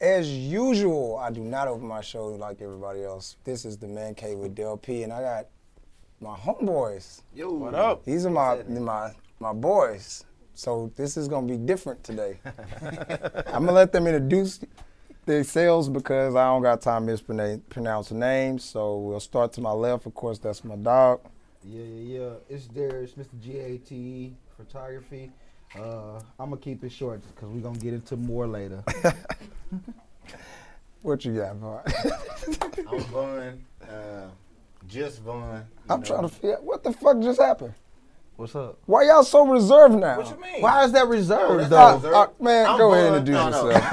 As usual, I do not open my show like everybody else. This is the man cave with Del P, and I got my homeboys. Yo, what up? These are my my my boys. So this is gonna be different today. I'm gonna let them introduce themselves because I don't got time to mispronounce names. So we'll start to my left. Of course, that's my dog. Yeah, yeah, yeah. It's Darius, Mr. GATE E Photography. Uh, I'm gonna keep it short because we're gonna get into more later. What you got, boy? I'm Vaughn. Uh, just Vaughn. I'm trying to figure out what the fuck just happened. What's up? Why y'all so reserved now? What you mean? Why is that Oh, that's reserved Uh, not though? reserved. uh, man, I'm go ahead and Vaughn. introduce No, no. yourself.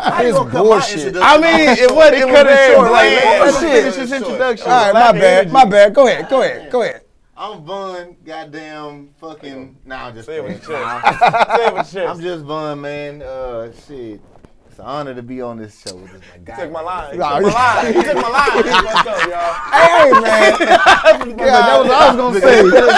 How you This gonna come out bullshit. introducing- I mean, it was it, could've could have short. been short, Like, man. let It could've him finish been his short. introduction. All right, Lack my of bad, energy. my bad. Go ahead, go ahead, go ahead. I'm Vaughn. Goddamn fucking. Nah, I'm just. Say it with your Nah. Say it with your chest. I'm just Vaughn, man. Uh, shit. It's an honor to be on this show with this my guy. Took my line. Nah, Took my line. He took my line. What's up, y'all? Hey man, That was what I was gonna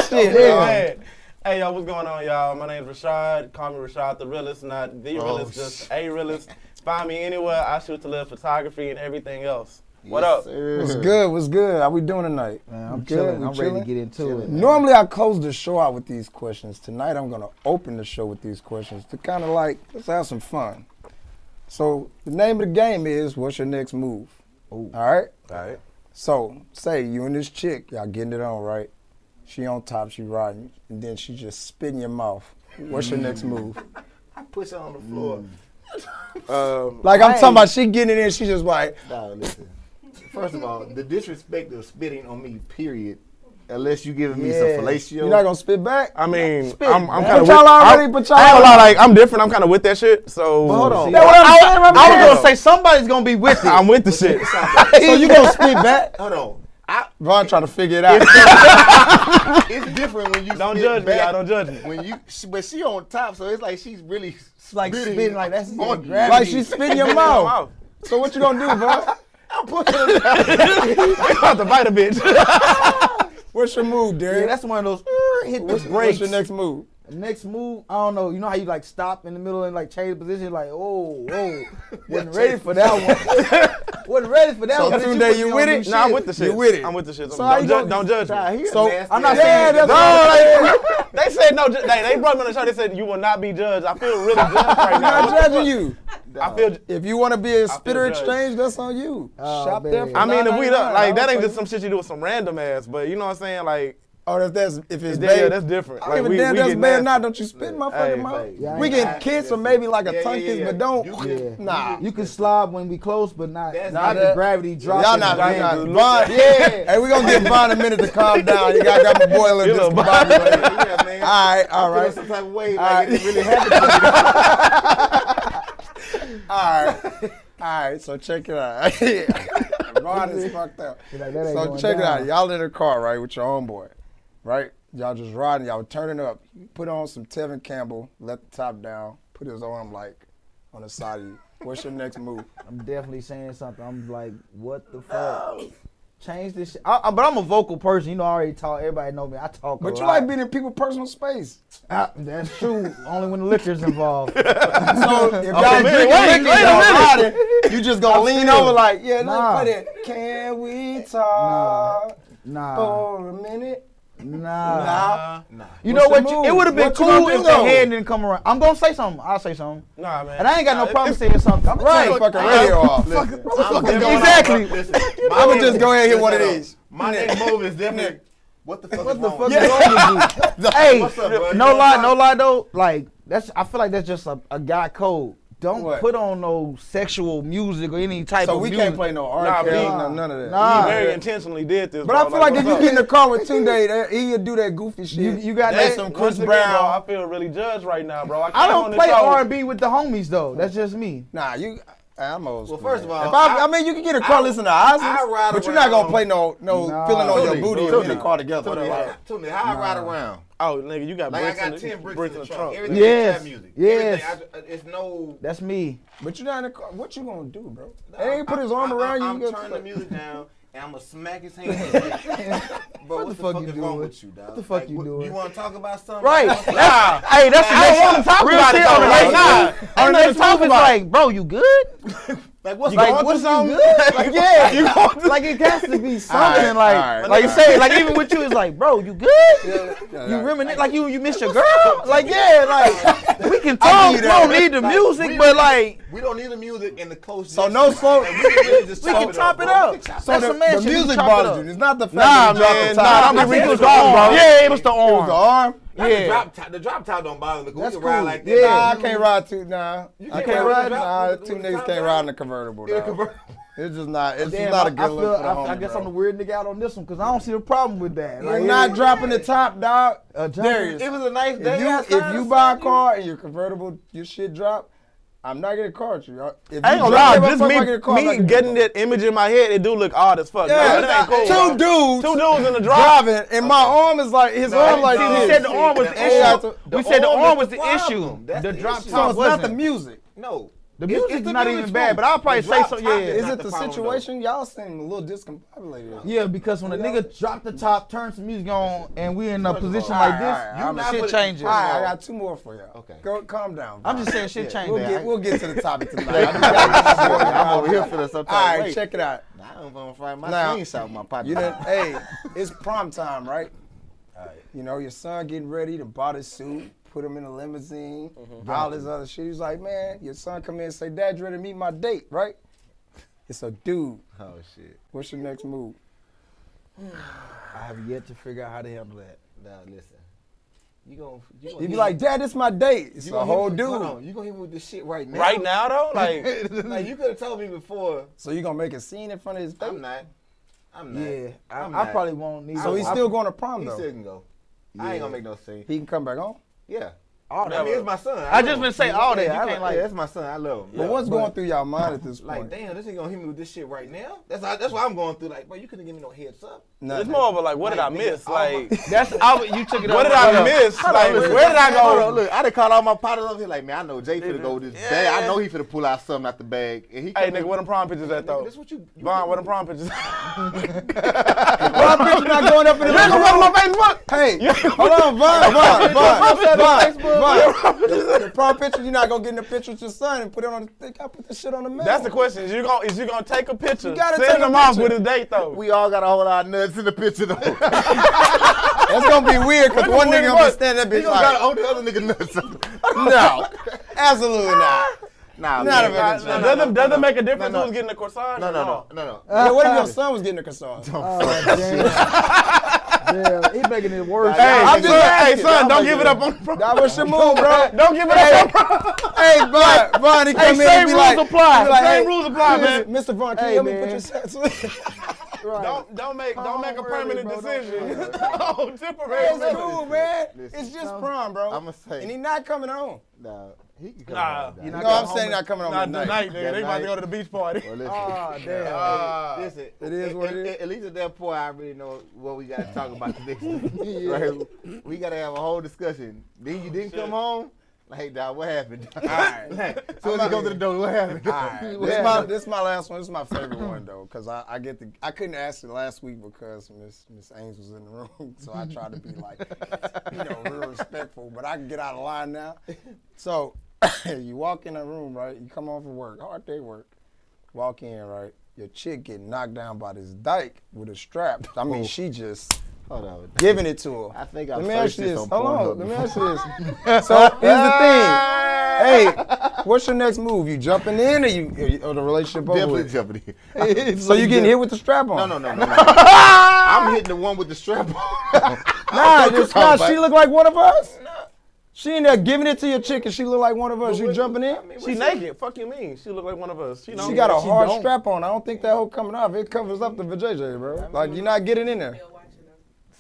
say. Shit, Hey, yeah. man. Hey, y'all, what's going on, y'all? My name's Rashad. Call me Rashad the realist, not the Oh, realist, just a realist. Find me anywhere. I shoot to live photography and everything else. What Yes, up? sir. what's good? What's good? How we doing tonight? Man, I'm We chilling. we I'm ready to get into it. man. Normally I close the show out with these questions. Tonight I'm gonna open the show with these questions to kind of like let's have some fun. So the name of the game is what's your next move? Ooh. All right. All right. So say you and this chick, y'all getting it on right. She on top, she riding, and then she just spit in your mouth. What's your next move? I push her on the floor. Mm. um, Like I'm I talking ain't- about, she getting in, she just like, Nah, listen. First of all, the disrespect of spitting on me, period. Unless you giving me some yeah. fellatio. You're not gonna spit back. I mean, I'm, I'm kind But of. y'all already- but y'all I ain't gonna lie, already- like I'm different. I'm kind of with that shit. So Hold on. That's what I'm saying, I, I'm I was saying. gonna say somebody's gonna be with it. I'm with the shit. So you gonna spit back? Hold on. Vaughn trying to figure it out. It's different when you Don't spit judge me, back. y'all. Don't judge me. When you, she, but she on top, so it's like she's really like spitting, spitting like that's- on gravity. like she spit in your mouth. So what you gonna do, Vaughn? I'm pushing her down. about to bite a bitch. What's your move, Yeah, Derek? that's one of those "Er, hit the what's, what's brakes. your next move? Next move, I don't know. You know how you like stop in the middle and like change position, like oh, oh, wasn't ready for that one. wasn't ready for that So one. two day you with it? No, I'm with the shit. You with it? I'm with the shit. So how don't, you ju- gonna- don't judge me. So I'm not yeah, saying that's No, what I'm saying. like, they said no. ju- They, they brought me on the show. They said you will not be judged. I feel really judged right I'm now. not judging you. I feel. ju- If you want to be a spitter judged. exchange, that's on you. Oh, Shop man. there. For I mean, if we don't, $9.99, like that I ain't don't just some shit you do with some random ass. But you know what I'm saying? Like, Or if that's if it's yeah, bad, yeah, that's different. I Like, don't we- even damn we that's get bad. nasty. Now don't you spit in my Hey, fucking mouth? babe. Yeah, we I- get I- kiss or listen. maybe like a Yeah, tongue yeah, kiss, yeah. but don't. You Yeah. get- Nah. You can slob when we close, but not That's not not the that. gravity dropping. Y'all not, the y'all not. wind. Vaughn, Yeah. hey, we gonna give Vaughn a minute to calm down. You got got my boiler You little discombobulated. yeah, man. All right, all I feel right, some type of way. Like Alright. it really happened. all right, all right. So check it out. Vaughn is fucked up. You're like, that ain't so going check it down. out. Y'all in the car, right, with your homeboy, right? Y'all just riding. Y'all turning up. You put on some Tevin Campbell. Let the top down. Put his arm like on the side of you. What's your next move? I'm definitely saying something. I'm like, what the fuck? Change this shit. I, I- but I'm a vocal person. You know, I already talk. Everybody know me. I talk. But a you lot. like being in people's personal space. I- that's true. Only when the liquor's involved. So if y'all man, drinking wait, liquor, wait a y'all riding, you just gonna lean over like, yeah, Nah. let me put it. Can we talk Nah, for a minute? nah. Oh. Nah. You What's know the what? You, move? it would have been What you cool gonna do, if the though? hand didn't come around. I'm gonna say something. I'll say something. Nah, man. And I ain't got no Nah, problem it- saying something. I'm Right. right. Fucking radio off. Listen, fuck I'm is going- exactly. Listen, I would my- just go ahead and hit one of Listen, these. My next move is definitely. What the fuck? What is the wrong fuck with you? is wrong with you? hey, What's up, bud? no lie, no lie though. Like that's, I feel like that's just a, a guy code. Don't What? put on no sexual music or any type So of we music. can't play no Nah, R. Kelly, but- no, none of that. Nah. He very intentionally did this. But I bro. feel like if what's you up? get in the car with Tunde, that- he'll do that goofy shit. You, you got That's that. some- Chris Once again, Brown. bro, I feel really judged right now, bro. I, I came on don't the play show- R and B with the homies though. That's just me. nah, you. I'm old Well, school. first of all, If I, I- I mean, you can get a car listening to Ozzy's, I ride but you're not gonna around- play no no Nah. feeling on your Tootie, booty Tootie, and get a car together. Tootie, how- Tootie, how I ride around. Oh, nigga, you got Like bricks I got in the, ten bricks, in the trunk. trunk. Everything Yes, is trap music. yes. Everything, I, uh, it's no. That's me. But you're not in a car. What you gonna do, bro? I- They ain't put his I- arm I- around you. I'm you got- turning the music down and I'm gonna smack his hand. Bro, what, the fuck, you is wrong doing? with you, dog? What the fuck you doing? You want to talk about something? Right. You wanna- That's- hey, that's the Nah, next I one to talk real about. shit it, on though, the right right now. now. Our Ain't next nothing to talk topic is about. like, bro, you good? Like, what's Like, wrong what with is something? you good? Like, yeah. You gonna- like, it has to be something. Alright, like, alright, like you say, like, even with you, it's like, bro, you good? Yeah, You like- reminisce, like, you you miss your girl? Like, yeah, like, we can talk. I'll We give you that. don't need the Like, music, we- but, like, We don't need the music in the close. So no slow. we can top it up. That's So the, a man the shit. we music chop it bothers up. you. It's not the fact Nah, that you dropped man, the nah, top. I'm It the was Rico's the dog, arm. bro. Yeah, it was the It was the arm. arm. Not the Yeah. drop top. The drop top don't bother me. 'cause That's we can ride cool. like that. Yeah. Nah, I can't ride too. Nah, You I can't can't ride ride. the Nah, drop- two with the niggas top can't down? ride in a convertible. In a dog. convert- It's just not. It's just Damn, not I- a good I look feel- for the I- homie, I guess bro. I'm the weird nigga out on this one because I don't see the problem with that. You're Like, not it- dropping the top, dog. Darius, It was a nice day. if you outside, if you it's buy a sunny. car and your convertible, your shit drop, I'm not gonna card you. dog. If I ain't you gonna drop lie, that just motherfucker in the car, I'm me, not me gonna getting card that image in my head, it do look odd as fuck. Yeah, Like, that ain't cool. two bro. dudes. Two dudes in the you. drop. Driving, and my arm is like his arm like no, this. we said the arm was the And I issue. have to- We said the arm was the problem. issue. That's The drop issue. So it's not the wasn't. music. No. The It's- music's it's the not even music. bad, but I'll probably The say drop so- top yeah. is Is not it the problem, though. situation? Y'all seem a little discombobulated. Yeah, because when a nigga drop the top, turn some music on, and we in a First of position all, like this, alright, alright, I'm you not shit putting- changes. All right, I got two more for y'all. Okay. Go, calm down. I'm just bro. saying shit changes. We'll get, we'll get to the topic tonight. I just gotta get this shit I'm out. over here for this. All right, check it out. Nah, I'm gonna fry my Now, jeans out my pocket. You done, hey, it's prom time, right? Alright. You know, your son getting ready to buy the suit, put him in a limousine, all this other shit. He's like, man, your son come in and say, Dad, you ready to meet my date, right? It's a dude. Oh shit. What's your next move? I have yet to figure out how to handle that. Now listen. You gonna you gonna He'd be hit- like, Dad, this my date. It's you a gonna hit whole me- dude. hold on, You gonna hit me with this shit right now? Right now though, like like you could have told me before. So you gonna make a scene in front of his date? I'm not. I'm not. Yeah, I, I'm I not. probably won't need. so I- he's I- still going to prom He though. still can go. I ain't gonna make no scene. he can come back home. Yeah. all I that. mean, it's my son. I love just him. been say all that. Yeah, I You can't love- like. yeah, that's my son. I love him. But what's going through y'all mind at this Like, point? damn, this ain't gonna hit me with this shit right now. That's how, that's what I'm going through. Like, bro, you couldn't give me no heads up. Nothing. it's more of a like, what did I Like, nigga, miss? all my- Like, That's I, would- you took it. what up. did Hold I up. miss? Hold up, Like, listen. where did I Hold on, go? look, I done called all my partners up here. Like, man, I know Jay finna go this day. I Yeah. know he finna pull out something out the bag. And he Hey come nigga, in- what them prom pictures at Nigga, though? This what you, you Vaughn, what them prom pictures? Why bitch not going up in the Nigga, room? what my Facebook? Hey, hold on, Von, Von, Von, Von, Von. The the prom picture, you're not gonna get in the picture with your son and put it on. The, they gotta put this shit on the man. That's the question. Is you gonna is you gonna take a picture? You gotta send take a them off picture. with his date though. We all got all our nuts in the picture though. One That's gonna be weird because one nigga gonna be standing there, He bitch gonna gotta like, own the other nigga nuts. no, absolutely not. nah, Not a man. Nah, minute, Nah, no, nah, nah, doesn't nah, doesn't nah, make a difference no, no. who's getting the corsage. No, or no, not? no, no, no. Yeah, what if your son was getting a croissant? Oh, damn, he making it worse. Hey, I'm I'm just just hey asking. son, I'm don't give it up on the prom. That was your move, bro. Don't give it up on the prom. Hey, Von, Von, he come in same and be rules like, apply. he be like, Same hey, rules apply, man. Mr. Von, can Hey, you help me man. put your son? Don't don't make don't make a Prom early, permanent bro, don't- decision. Oh, temporary. It's cool, man. Listen. It's just prom, bro. I'ma say- and he not coming home. Nah, he can come Nah, on, dog. you No, not I'm coming saying home not coming home Not tonight. tonight, nigga. They about to night. go to the beach party. Well, listen. Ah, damn. Ah. Oh, Listen, It is at- what at, it is. At least at that point, I already know what we got to talk about the next week. right? We got to have a whole discussion. Then you didn't come home. Like, hey, dog, what happened? All right. like, soon as you come to the door, what happened? All right. This is my this is my last one. This is my favorite one though, because I, I get the I couldn't ask it last week because Miss Miss Ames was in the room, so I tried to be like, you know, real respectful. But I can get out of line now. So you walk in the room, right? You come home from work, hard day work. Walk in, right? Your chick get knocked down by this dyke with a strap. I mean, she just Hold on. giving it to her. I think I Let me ask searched you this this. Hold on on. Pornhub. Let me ask you this. So here's the thing. Hey, what's your next move? You jumping in or you or the relationship over? Definitely with? Jeopardy. So you getting hit with the strap on? No, no, no, no. no. I'm hitting the one with the strap on. Nah, you it's not. talking She about- look like one of us. She in there giving it to your chick and she look like one of us. You jumping in? She naked. Fuck you mean? She look like one of us. She, She got a hard don't. strap on. I don't think that whole coming off. It covers up the vajayjay, bro. Like you're not getting in there.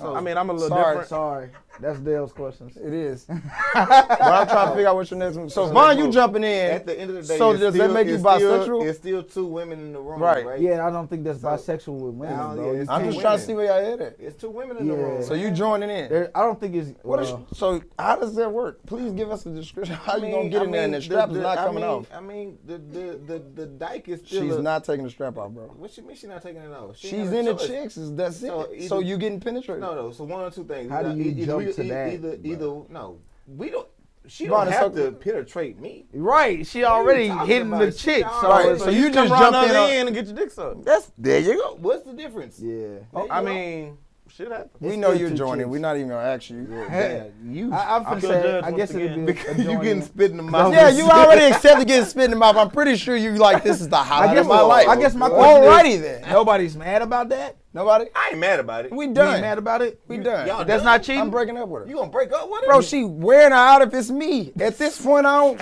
I mean, I'm a little Sorry, different. Sorry. That's Dale's questions. It is. but I'm trying to figure out what your next one. So Vaughn, you jumping in? At the end of the day, So it's does that still, make you it's still- bisexual? it's still two women in the room, Right. right? Yeah, I don't think that's So- bisexual with women, I don't- bro. yeah, You it's I'm can't- just trying to see where y'all at. It. It's two women in the Yeah. room. So you joining in? There- I don't think it's. What is, well, so how does that work? Please give us a description. How you gonna get in there and the strap is not coming I mean, off? I mean, the the the, the dike is still. She's a- not taking the strap off, bro. What you mean she's not taking it off? She ain't She's got a in the choice. chicks. is- That's So it. either- So you getting penetrated? No, no. So one or two things. How do Either- you either jump we- to e- that, Either, bro? either no, we don't. She Bro, don't it's have okay. to penetrate me. Right, she are you already talking hitting about? the She chicks. So already- Right. it's So like- you Come just run jump up in. on- in and get your dick sucked. That's there you go. What's the difference? yeah. There you I go. mean, shit happens. We It's know still you're two joining. chicks. We're not even gonna ask you. yeah, you I, I'm I'm finna your say, judge I once guess it'd again. be. because a you joint- getting spit in the mouth. Yeah, you already accepted getting spit in the mouth. I'm pretty sure you like this is the highlight I guess of my life. I guess my question Alrighty is, then. Nobody's mad about that. Nobody. I ain't mad about it. We You ain't done. mad about it. we done. Y'all That's done? not cheating. I'm breaking up with her. You gonna break up with her? Bro, she wearing her out if it's me. At this point, I don't.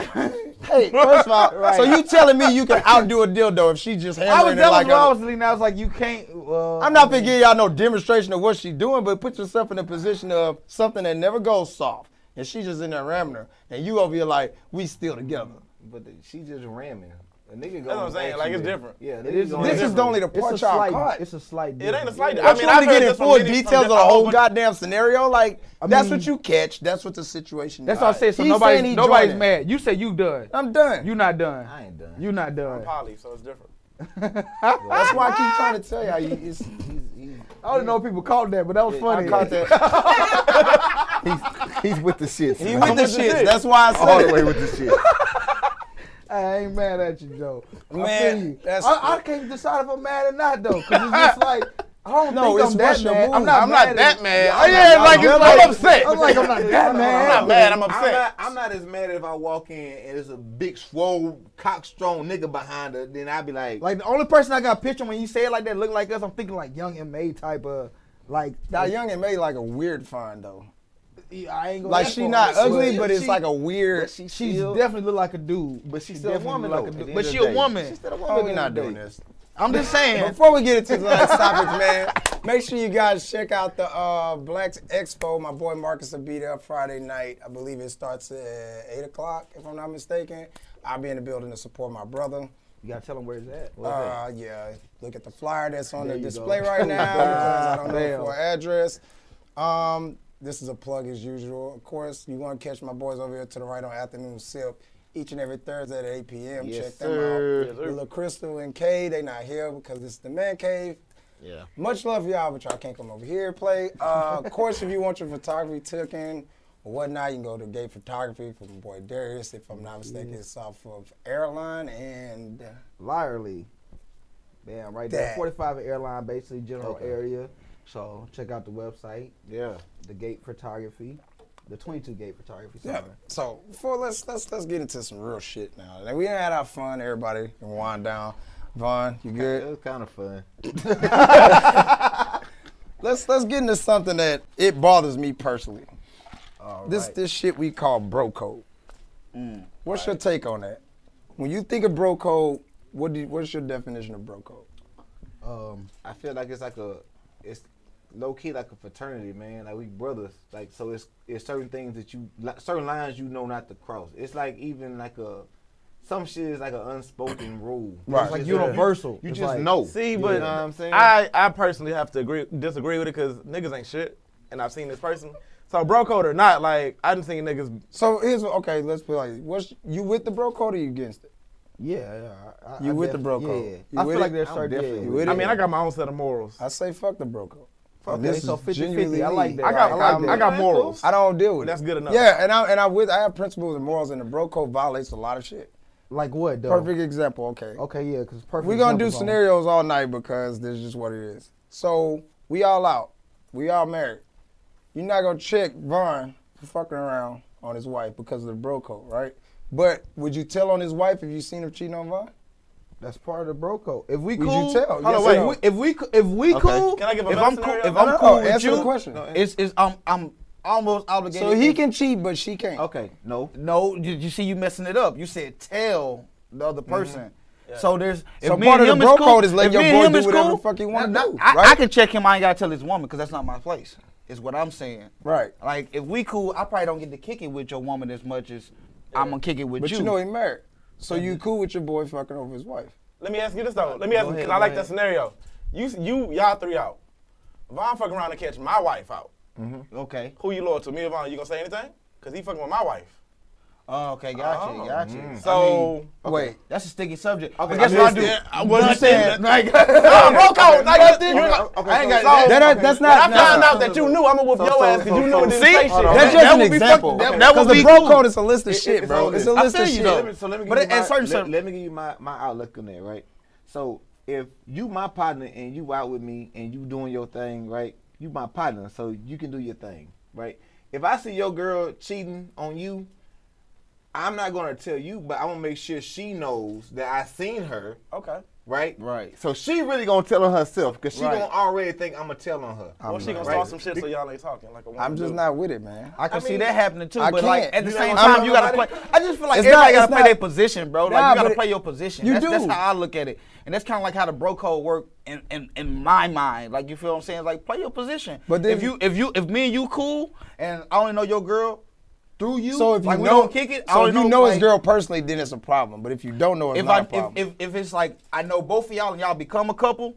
hey, first of all, so you telling me you can outdo a dildo if she just I was hammering it that was like what I a, was leaning. I was like, you can't. Uh, I'm not gonna give y'all no demonstration of what she doing, but put yourself in a position of something that never goes soft, and she just in there ramming her, and you over here like we still together. But the, she just ramming. A nigga what I'm gonna saying, ask like, you it's that. different. Yeah, It is nigga gonna different. This ask is you the only the It's a part y'all slight. caught. It's a slight. It ain't a difference. slight. I, mean, trying to I've heard get in this from full many- from details of the a whole bunch- goddamn scenario. Like I that's mean- what you catch. That's what the situation. That's is. what I'm saying. So He's nobody's saying he nobody's joining. mad. You say you done. I'm done. You not done. I ain't done. You not done. Poly, so it's different. that's why I keep trying to tell y'all. You, it's, I don't know if people called that, but that was funny. I caught that. He's, he's with the shit. He with the shits. That's why I said all it. the way with the shit. I ain't mad at you, Joe. I Man, feel you. that's- I, I can't decide if I'm mad or not though, because it's just like I don't No, think it's I'm that what's your mad. mood. I'm not. I'm mad not at that it. mad. I'm Yeah, not- like, I'm it's- like- I'm upset. I'm like I'm not that I'm mad. not mad. I'm I'm upset. not, I'm not as mad if I walk in and there's a big, swole, cockstrong nigga behind her. Then I'd be like, Like the only person I got picture when you say it like that look like us, I'm thinking like young MA type of like Now, Young and May like a weird find though. I ain't gonna Like ask she for not it, ugly, but it's she- like a weird. she She still- definitely look like a dude. but she's She still a definitely woman look like though. a at dude. the But end she of the a day. woman. She's still a woman. Oh, at we the not end of doing the day. this. I'm just saying. Before we get into the next topic, man, make sure you guys check out the uh, Blacks Expo. My boy Marcus will be there Friday night. I believe it starts at eight o'clock, if I'm not mistaken. I'll be in the building to support my brother. You gotta tell him where it's at. Uh, yeah, look at the flyer that's on the you go. display right now because I don't know Damn. for address. Um, this is a plug as usual. Of course, you want to catch my boys over here to the right on Afternoon Sip each and every Thursday at 8 p.m. Yes, Check them sir. Yes, out. sir. Little Crystal and Kay, they not here because it's the man cave. Yeah. Much love for y'all, but y'all can't come over here and play. Uh, of course, if you want your photography taken or whatnot, you can go to Gay Photography from my boy Darius. If I'm not mistaken, it's off of Airline and. Lyerly. Damn, right there. That. 45 airline, basically general Okay. area. So check out the website, Yeah. the gate photography, the 22 gate photography. Yeah. center. So before let's let's let's get into some real shit now. Like we done had our fun, everybody, and wind down. Vaughn, you It good? was kind of fun. Let's let's get into something that it bothers me personally. All This right. this shit we call bro code. What's your take on that? When you think of bro code, what do you, what's your definition of bro code? um, I feel like it's like a, it's low key like a fraternity, man. Like we brothers. Like so, it's it's certain things that you, like, certain lines you know not to cross. It's like even like a, some shit is like an unspoken rule. Right. it's like It's just- universal. You It's just like- know. See, You but know what I'm saying. I, I personally have to agree, disagree with it because niggas ain't shit, and I've seen this person. So bro code or not, like I didn't see niggas. So here's what- okay. Let's put it like, this. what's you with the bro code or you against it? Yeah, yeah. I- I, You I with the def- bro yeah, code? yeah. You I with feel it? like there's I'm certain. definitely yeah. with it? I mean, I got my own set of morals. I say fuck the bro code. And Okay, this so is 50-50. genuinely I like me. that. I got, I I, like that. I got morals. I don't deal with it. That's good enough. Yeah, and I and I with I have principles and morals, and the bro code violates a lot of shit. Like what though? Perfect example. Okay, Okay, yeah, because perfect. we're gonna do examples on- scenarios all night because this is just what it is. So we all out, we all married. You're not gonna check Vaughn for fucking around on his wife because of the bro code, right? But would you tell on his wife if you seen him cheating on Vaughn? That's part of the bro code. If we Would you cool, tell? Hold Yes on, or wait. no? If we- If we co- if we Okay. cool, Can I give a if better I'm cool, scenario? if No, I'm no, cool no, with answer you, the question. No, it's it's I'm I'm almost obligated. So he to- can cheat, but she can't. Okay. No. No, you, you see, you messing it up. You said tell the other person. Mm-hmm. So there's So if me part of and the him bro is cool, code is letting if your me and boy him do is whatever the cool, fuck he wanna I- do, I, I right? can check him. I ain't gotta tell his woman because that's not my place. is what I'm saying. Right. Like if we cool, I probably don't get to kick it with your woman as much as I'm gonna kick it with But you, you. know he married. So you cool with your boy fucking over his wife. Let me ask you this though. Let me ask you, ahead, because I go like that ahead. scenario. You, you, y'all three out. Vaughn fuck around and catch my wife out. okay. Who you loyal to? Me or Vaughn? You gonna say anything? Cause he fucking with my wife. Oh, okay. Gotcha. Oh, gotcha. mm. So. Wait, that's a sticky subject. Okay, but guess I what I missed do? it. I wasn't saying Like, Nah, bro code. Like, you okay, ain't okay, got- I ain't so- got. That- that- that's when not- I found nah. out that you knew, I'm gonna whoop So- your so- ass because so- you knew so- it didn't see? say shit. Hold on. That's that just an would be example. fucking- that- that Because would the be bro cool. code is a list of shit, it's bro. all It's this. a I list feel of you, shit. though. Let me, so let me give But you in my, certain let, cir- let me give you my, my outlook on that, right? So if you my partner and you out with me and you doing your thing, right? You my partner, so you can do your thing, right? If I see your girl cheating on you, I'm not gonna tell you, but I'm gonna make sure she knows that I seen her, Okay. right? Right. So she really gonna tell on herself, cause she Right. gonna already think I'm gonna tell on her. Well, she gonna Right. start some shit so y'all ain't talking like a woman. I'm just do. not with it, man. I can I see mean, that happening too, I but like can't. at the You same know what I'm time, you gotta play. talking I just feel like It's not- everybody gotta it's play their not- position, bro. Like Nah, you gotta but play it- your position. you that's, that's do. how I look at it, and that's kind of like how the bro code work in, in, in my mind. Like you feel what I'm saying? Like play your position. But But then- if you if you if me and you cool, and I only know your girl through you, So if you like, we know, don't kick it, I so only if you know his like, girl personally, then it's a problem. But if you don't know, it's if not I a problem. if, if if it's like I know both of y'all and y'all become a couple,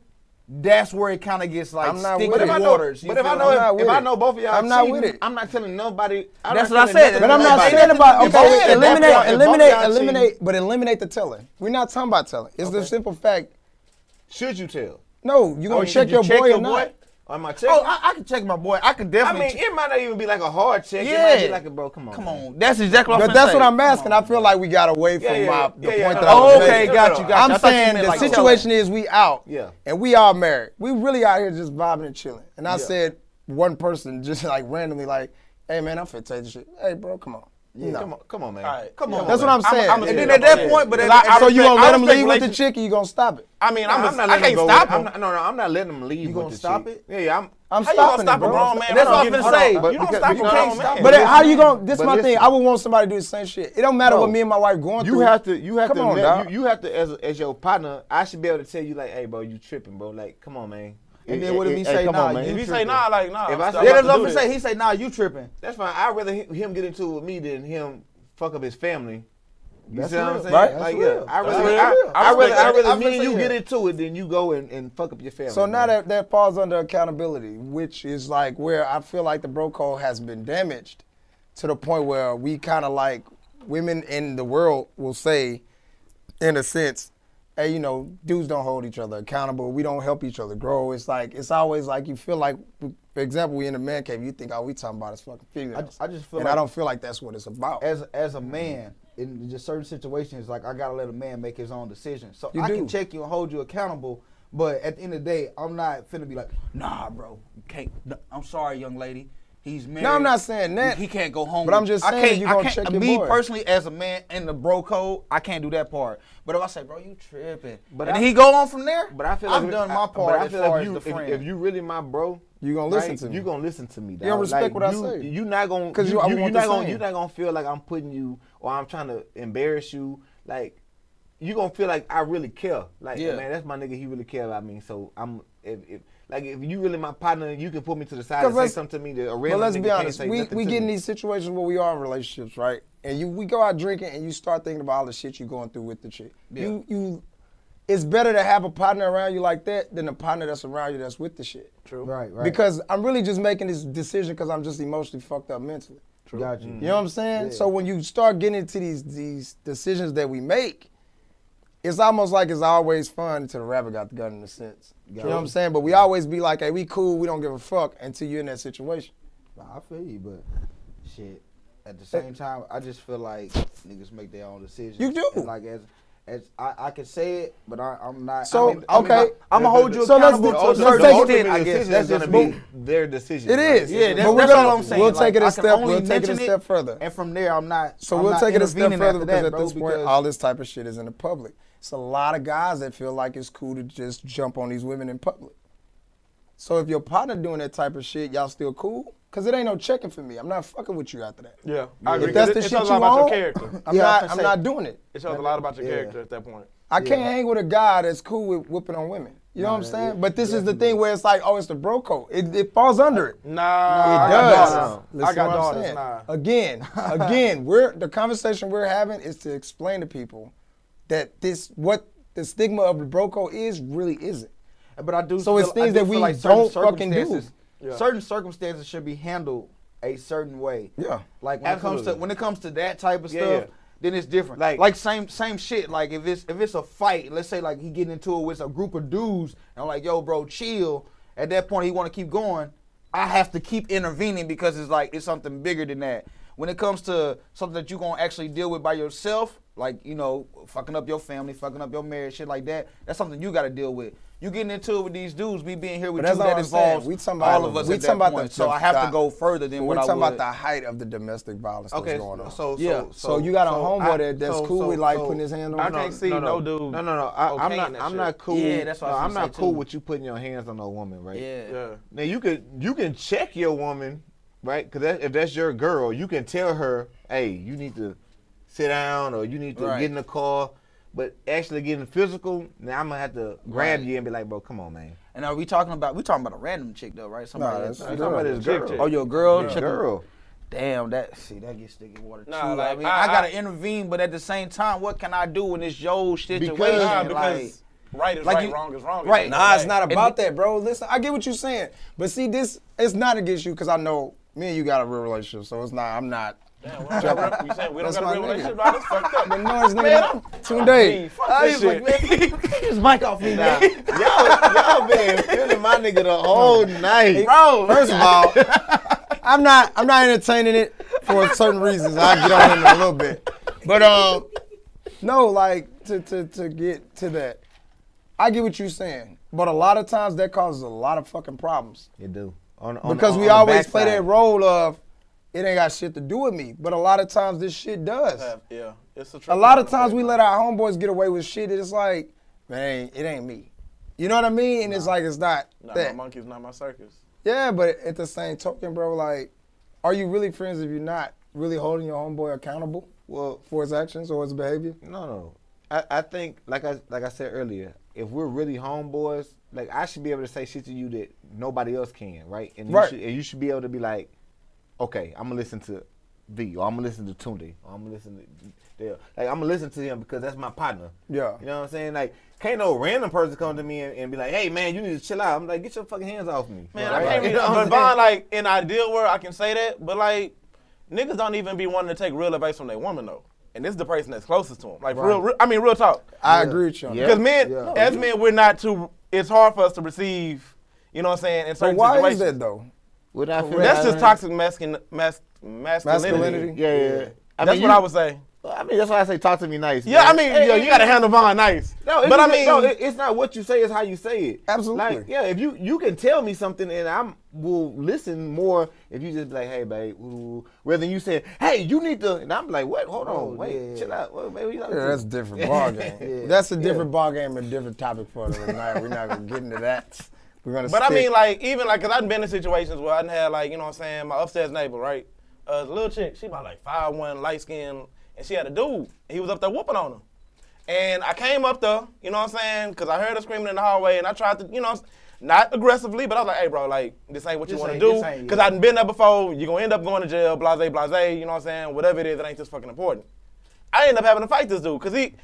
that's where it kind of gets like I'm not sticky with it. But if I know, waters. you but if I feel know, me? I'm not if, with if I it. know both of y'all, I'm not cheating, with it. I'm not telling nobody. I'm That's not what I telling said. But nothing I'm not nobody. saying about okay. If both- if both eliminate, y'all- if both eliminate, y'all cheating, eliminate, but eliminate the telling. We're not talking about telling. It's the simple fact. Should you tell? No, you Oh, gonna you- check you your check boy your or not? boy? Or am I Oh, checking? I, I can check my boy. I can I definitely. mean, check- it might not even be like a hard check. It might Yeah. be like a bro, come on. Come man. on, that's exactly. What But I'm that's what saying. I'm asking. I feel like we got away from Yeah, yeah, my the yeah, yeah, point that no, no, I was no, okay, making. no, got no, you, no. got you. I I'm thought you saying meant the like telling. situation is we out, Yeah. and we all married. We really out here just vibing and chilling. And I Yeah. said one person just like randomly like, "Hey man, I'm finna take this shit. Hey bro, come on." Yeah, No. Come on, come on, man. All right. Come on. That's man. what I'm I'm- saying. I'm a- And then Yeah, at that yeah. point, but at, Because I- at so you respect- gonna I let him respect leave with the relation- chick? Or you gonna stop it? I mean, I'm, No, a, I'm not I letting can't him go stop with it. I'm him. not, no, no, I'm not letting him leave. You gonna stop it? Yeah, yeah. I'm. I'm How you stopping gonna stop it, a bro. grown man? That's from what I'm getting- finna hold on. say. You But don't because- stop a because- grown stop man. it. But Listen, how you going? This is but my thing. listen. I would want somebody to do the same shit. It don't matter Bro, what me and my wife going You through. have to. You have Come to. on, admit- dog. you, you have to. As a- as your partner, I should be able to tell you, like, hey, bro, you tripping, bro. Like, come on, man. And Hey, then what if hey, he hey, say, come on, nah, If man. you say nah, like If I nah. I'm say- Yeah, still Yeah, about that's to what I'm do gonna this. say. He say, "Nah, you tripping." That's fine. I'd rather hi- him get into it with me than him fuck up his family. You That's see what I'm real. saying? Right. Like, That's yeah. real. I That's rather, real. I, I I rather, respect I that. rather, I me and respect you that. get into it than you go and, and fuck up your family. so now man. that that falls under accountability, which is like where I feel like the bro code has been damaged to the point where we kind of like women in the world will say, in a sense, hey, you know, dudes don't hold each other accountable. We don't help each other grow. It's like it's always like you feel like, for example, we in a man cave. You think all we talking about is fucking females. I just feel and I like- don't feel like that's what it's about. as as a man in just certain situations, like I gotta let a man make his own decision. So You I do. can check you and hold you accountable, but at the end of the day, I'm not finna be like, Nah, bro, you can't. no, I'm sorry, young lady. He's married. I'm not saying that. He can't go home. But I'm with- just I saying can't- you I gonna can't- check your Me boy. personally, as a man in the bro code, I can't do that part. But if I say, bro, you tripping, But but and I- he go on from there. But I feel I've like done I- my but part I as feel far like you, as the if- friend. If, you really my bro, You gonna listen to me. You gonna listen to me. Dog. gonna respect Like, what I you, say. You not gonna 'Cause you- I you, want the not gonna same. you not gonna feel like I'm putting you or I'm trying to embarrass you. Like you gonna feel like I really care. Like Yeah. man, that's my nigga. He really care about me. So I'm if, if like if you really my partner, you can put me to the side 'Cause and say let's- something to me that a But random let's nigga be can't honest, say we nothing we to get in me. these situations where we are in relationships, right? And you we go out drinking and you start thinking about all the shit you're going through with the chick. You you it's better to have a partner around you like that than a partner that's around you that's with the shit. True. right, right, Because I'm really just making this decision because I'm just emotionally fucked up mentally. got you. Mm-hmm. You know what I'm saying? So when you start getting into these these decisions that we make, it's almost like it's always fun until the rabbit got the gun in a sense. You know what I'm saying? But we always be like, hey, we cool, we don't give a fuck until you're in that situation. I feel you, but shit. At the same time, I just feel like niggas make their own decisions. Eh. You do. And like as as I, I can say it, but I, I'm not. So, I mean, I mean, okay. I, am gonna hold you So let's accountable do- to a let's certain take it- extent. I guess decision is that's gonna just be me. their decision. It right? is. It's Yeah, just- that's- but we're that's gonna, all I'm saying. We'll Like, take I it a can step. We'll only take it a mention it step further. And from there, I'm not. So I'm we'll not take it a step intervening further after because that, at bro, this point, because- all this type of shit is in the public. It's a lot of guys that feel like it's cool to just jump on these women in public. So if your partner doing that type of shit, y'all still cool? Cause it ain't no checking for me. I'm not fucking with you after that. Yeah, I agree. If that's It- the it shit tells you a lot about want, your character. I'm Yeah, I was not. I'm gonna say- not doing it. It shows a lot about your Yeah. character at that point. I can't hang with a guy that's cool with whipping on women. You know what I'm saying? but this is the thing where it's like, oh, it's the bro code. It, it falls under it. Nah, it does. I got daughters. Listen I got what I'm daughters. saying. Nah. Again, again, we're the conversation we're having is to explain to people that this what the stigma of the bro code is really isn't. But I do. So it's feel- I things do that feel we like certain don't fucking do. circumstances- Certain circumstances should be handled a certain way. Yeah. Like when it comes to Absolutely. when it comes to that type of Yeah, stuff, yeah. then it's different. Like- like same same shit. Like if it's if it's a fight, let's say like he getting into it with a group of dudes, and I'm like, yo, bro, chill. At that point, he want to keep going. I have to keep intervening because it's like it's something bigger than that. When it comes to something that you gonna actually deal with by yourself, like you know, fucking up your family, fucking up your marriage, shit like that. That's something you got to deal with. You getting into it with these dudes, me being here with But that's you, not that what I'm saying. involves We talking all about- of us we at that talking about point. the- so I have to the- go further than we're what I talking would. about the height of the domestic violence Okay, that's going on. so, so Yeah, so so you got a homeboy I- that- that's cool with, like, putting his hand on I No, can't see no, dude. No, no, no. I, I'm okaying not. that I'm shit. not cool. Yeah, that's what I no, was I'm gonna not say, cool too. with you putting your hands on a woman, right? yeah. Yeah. Now you could you can check your woman, right? Because that, if that's your girl, you can tell her, hey, you need to sit down or you need to Right. get in the car. But actually getting physical, now I'm gonna have to grab Right. you and be like, bro, come on, man. And are we talking about? We talking about a random chick though, right? Somebody. Nah, that's- that's- talking about this girl. Chick, chick. oh, your girl. Yeah. Check her- girl. Damn, that see that gets sticky water too. Nah, I like, mean, I, I- gotta I- intervene, but at the same time, what can I do when it's your situation? Nah, like, because right is like right, you- wrong is wrong. right. Nah, it's not And about that, bro. Listen, I get what you're saying, but see, this it's not against you because I know me and you got a real relationship, so it's not. I'm not. Damn, we don't got a real- you saying we don't That's got a my nigga. real relationship? Nah, that's fucked up. The noise, nigga. Two days. Fuck this shit. this mic off me now. y'all, y'all been feeling my nigga the whole night. Bro, first of all, I'm not I'm not entertaining it for certain reasons. I get on it in a little bit, but um, no, like to to to get to that, I get what you're saying, but a lot of times that causes a lot of fucking problems You do. On, on, because on- we on the always play backside. that role of it ain't got shit to do with me, but a lot of times this shit does. Yeah, it's a. a lot of times we let our homeboys get away with shit. It's like, man, it ain't me. You know what I mean? And it's like it's not Nah, my that. monkey's not my circus. Yeah, but at the same token, bro, like, are you really friends if you're not really holding your homeboy accountable Well, for his actions or his behavior? No, no. I, I think like I like I said earlier, if we're really homeboys, like I should be able to say shit to you that nobody else can, right? And Right. you should and you should be able to be like, okay, I'm gonna listen to V, or I'm gonna listen to Tunde, or I'm gonna listen to Dale. Like I'm gonna listen to him because that's my partner. Yeah. You know what I'm saying? Like can't no random person come to me and, and be like, hey man, you need to chill out. I'm like, get your fucking hands off me. Man, Right? I can't You be. know what I'm But saying? Bond, like in ideal world, I can say that. But like, niggas don't even be wanting to take real advice from their woman though. And this is the person that's closest to them. Like real, real, I mean, real talk. I agree with you. On Yeah. that. Because men, Yeah. as men, we're not too. It's hard for us to receive. You know what I'm saying? In But certain why situations. is that though? Would I feel That's that just way? toxic masculine, mas, masculinity. Masculinity? Yeah, yeah. yeah. I That's mean, what you- I would say. I mean, that's why I say talk to me nice. Yeah, I man. mean, Hey, yo, hey, you gotta handle Vaughn nice. No, it's but I just- mean, no, it- it's not what you say; it's how you say it. Absolutely. Like, yeah, if you you can tell me something, and I'm will listen more if you just be like, "Hey, babe," ooh, rather than you saying, "Hey, you need to," and I'm like, "What? Hold on, Oh, wait, yeah. chill out, What- baby, you talking Yeah, to?" that's a different ball game. That's a different ball game and different topic for another night. We're not gonna get into that. We're gonna. But I stick- mean, like, even like, cause I've been in situations where I done had like, you know what I'm saying, my upstairs neighbor, right? Uh, little chick, she about like five one, light skinned, and she had a dude. He was up there whooping on her. And I came up there, you know what I'm saying, cause I heard her screaming in the hallway, and I tried to, you know, not aggressively, but I was like, hey, bro, like, this ain't what you This want to ain't- do, this ain't cause it. I done been there before. You gonna end up going to jail, blase, blase. You know what I'm saying? Whatever it is, it ain't just fucking important. I ended up having to fight this dude, cause he,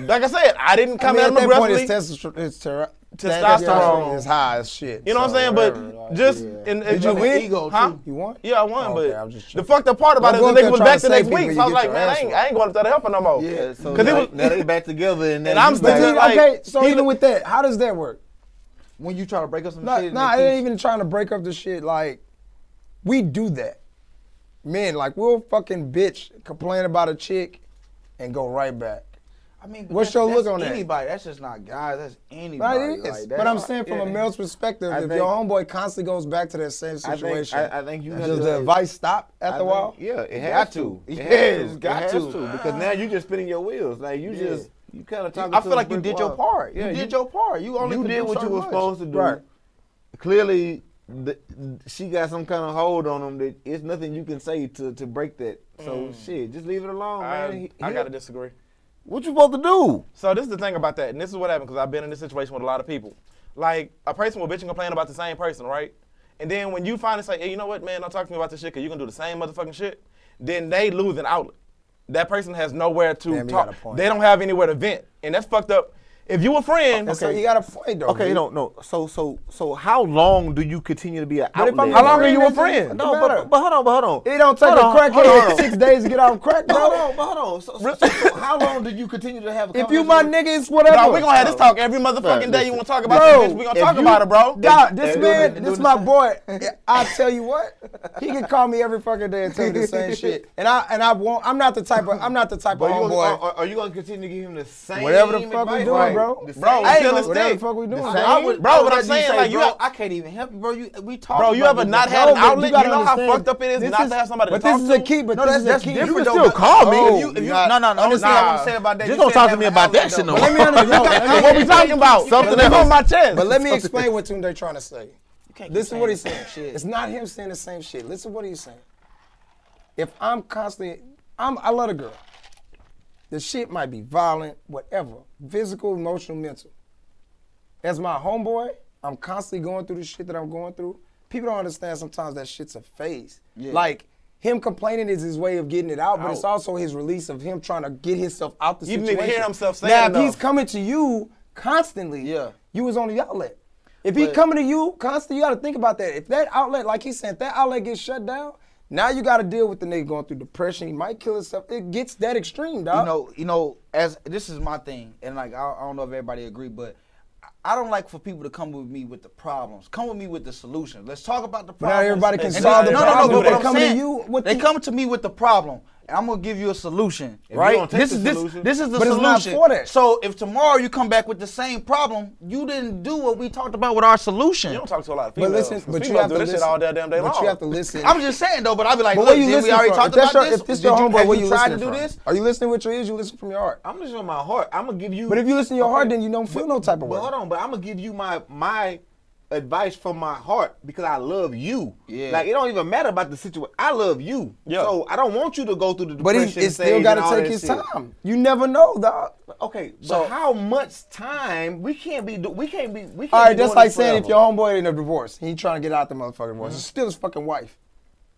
like I said, I didn't I come mean, at at him that point, aggressively. his testosterone, his ter- Testosterone. is high as shit. You know so what I'm saying? whatever, but like, just yeah. in, Did you in- win? Huh? You won? Yeah, I won, Oh, okay, I was but just the checking. fucked up part about Don't it is go up the nigga there trying was back to the next save people, week. you So I was get like, your man, I ass ain't, whooped. I ain't going up to the help no more. yeah, so Cause now, it was- now they back together, and then And I'm you But still- then, back- like- okay, so he- even with that, how does that work? when you try to break up some No, shit, nah, it ain't even trying to break up the shit. Like, we do that. Men, like, we'll fucking bitch, complain about a chick, and go right back. I mean, but What's that's- your look that's on that? Anybody, that's just not guys. That's anybody. Right? It like, is. that's- but I'm saying from a yeah. male's perspective, I if think- your homeboy constantly goes back to that same I think situation, I, I think you have does to- the advice stop I after a think- while? Yeah, it Got has to. to. It Yeah, has it's to. got has to. because now you just spinning your wheels. Like you just you kind of talking. I to feel a like you brick did your wall. part. Yeah, you did your part. You only you could did do what so you were much. supposed to do. Right. Clearly, the, she got some kind of hold on him that it's nothing you can say to, to break that. So Mm. shit, just leave it alone, man. I, He- I he- gotta disagree. What you supposed to do? So this is the thing about that, and this is what happened because I've been in this situation with a lot of people. Like a person will bitch and complain about the same person, right? And then when you finally say, hey, you know what, man, don't talk to me about this shit, cause you're gonna do the same motherfucking shit, then they lose an outlet. That person has nowhere to Damn, you got talk. a point. They don't have anywhere to vent. And that's fucked up. If you a friend, And so you got a point though. Okay, B. you don't know. So so so how long do you continue to be an if I'm- outlet? how long are you a Friend is- friend? No, matter? but, but hold on, but hold on. It don't take Hold a on, crackhead hold on. six days to get off crack, Hold bro. on, but hold on. So, so, so, so how long do you continue to have a If you my conversation nigga, it's whatever. Nah, we gonna have this talk every motherfucking day. You wanna talk about this bitch? We gonna if talk you- about it, bro. Dog, this They doing- they man, this doing my boy. I tell you what, he can call me every fucking day and tell me the same shit. And I and I won't. I'm not the type of. I'm not the type with of you? homeboy. Are you, uh, gonna- Oh, are, are you gonna continue to give him the same? Whatever the fuck we advice? doing, Right. bro. The Bro, same- it's Hey, still a whatever the stick. fuck we doing, The bro. same- Bro, I what would I'm let saying, say, like, you bro, have- I can't even help you, bro. You we talk. Bro, you ever not had No, an but you outlet? You, gotta know how understand, fucked up it is this not is- to have somebody But to talk this is a to? key. But No, this that's is a that's key. different. You though. can still call me. Oh, if you, if you, God. no, no, no. Understand Nah. what I'm saying about that? Just You don't said talk to have me an about that outlet, shit no more. though. Let me understand. What we talking about? Something That's else. on my chest. But let me explain what Tunde trying to say. can't This is keep what saying he's the saying. same shit. It's not him saying the same shit. Listen to what he's saying. If I'm constantly, I'm, I love a girl. The shit might be violent, whatever, physical, emotional, mental. As my homeboy, I'm constantly going through the shit that I'm going through. People don't understand sometimes that shit's a phase. Like him complaining is his way of getting it out, but it's Out. also his release of him trying to get himself out the You didn't situation. even hear himself saying Now, if enough. he's coming to you constantly, Yeah. you was on the outlet. If he coming to you constantly, you got to think about that. If that outlet, like he said, if that outlet gets shut down, now you got to deal with the nigga going through depression. He might kill himself. It gets that extreme, dog. you know, you know, as this is my thing, and like I, I don't know if everybody agree, but I- I don't like for people to come with me with the problems. Come with me with the solutions. Let's talk about the not problems. everybody can And solve the no, no, problem, No, no, but but they what come I'm to saying, you with they the- come to me with the problem, and I'm gonna give you a solution, you right? don't take this the is this, solution- this is the But it's solution. not for that. So if tomorrow you come back with the same problem, you didn't do what we talked about with our solution. You don't talk to a lot of people. but listen, but you have to do this listen. shit all day, damn day but long. you have to listen. I'm just saying though, but I'll be like, but look, where you didn't we listening already from? talked If that's about your, this. If this Did your you- homeboy, have where you you tried to listening do from? this? Are you listening with your ears? You listen from your heart. I'm just on my heart. I'm gonna give you. But if you listen to your Okay. heart, then you don't feel no type of way. But hold on, but I'm gonna give you my my advice from my heart because I love you. Yeah. Like it don't even matter about the situation. I love you. Yeah. So I don't want you to go through the But he depression. it's still got got to take his time. You never know, dog. Okay, but So- how much time we can't be? do- We can't be. We can't. All right, be that's doing like this saying if forever. your homeboy in a divorce, he trying to get out the motherfucking divorce. It's still his fucking wife,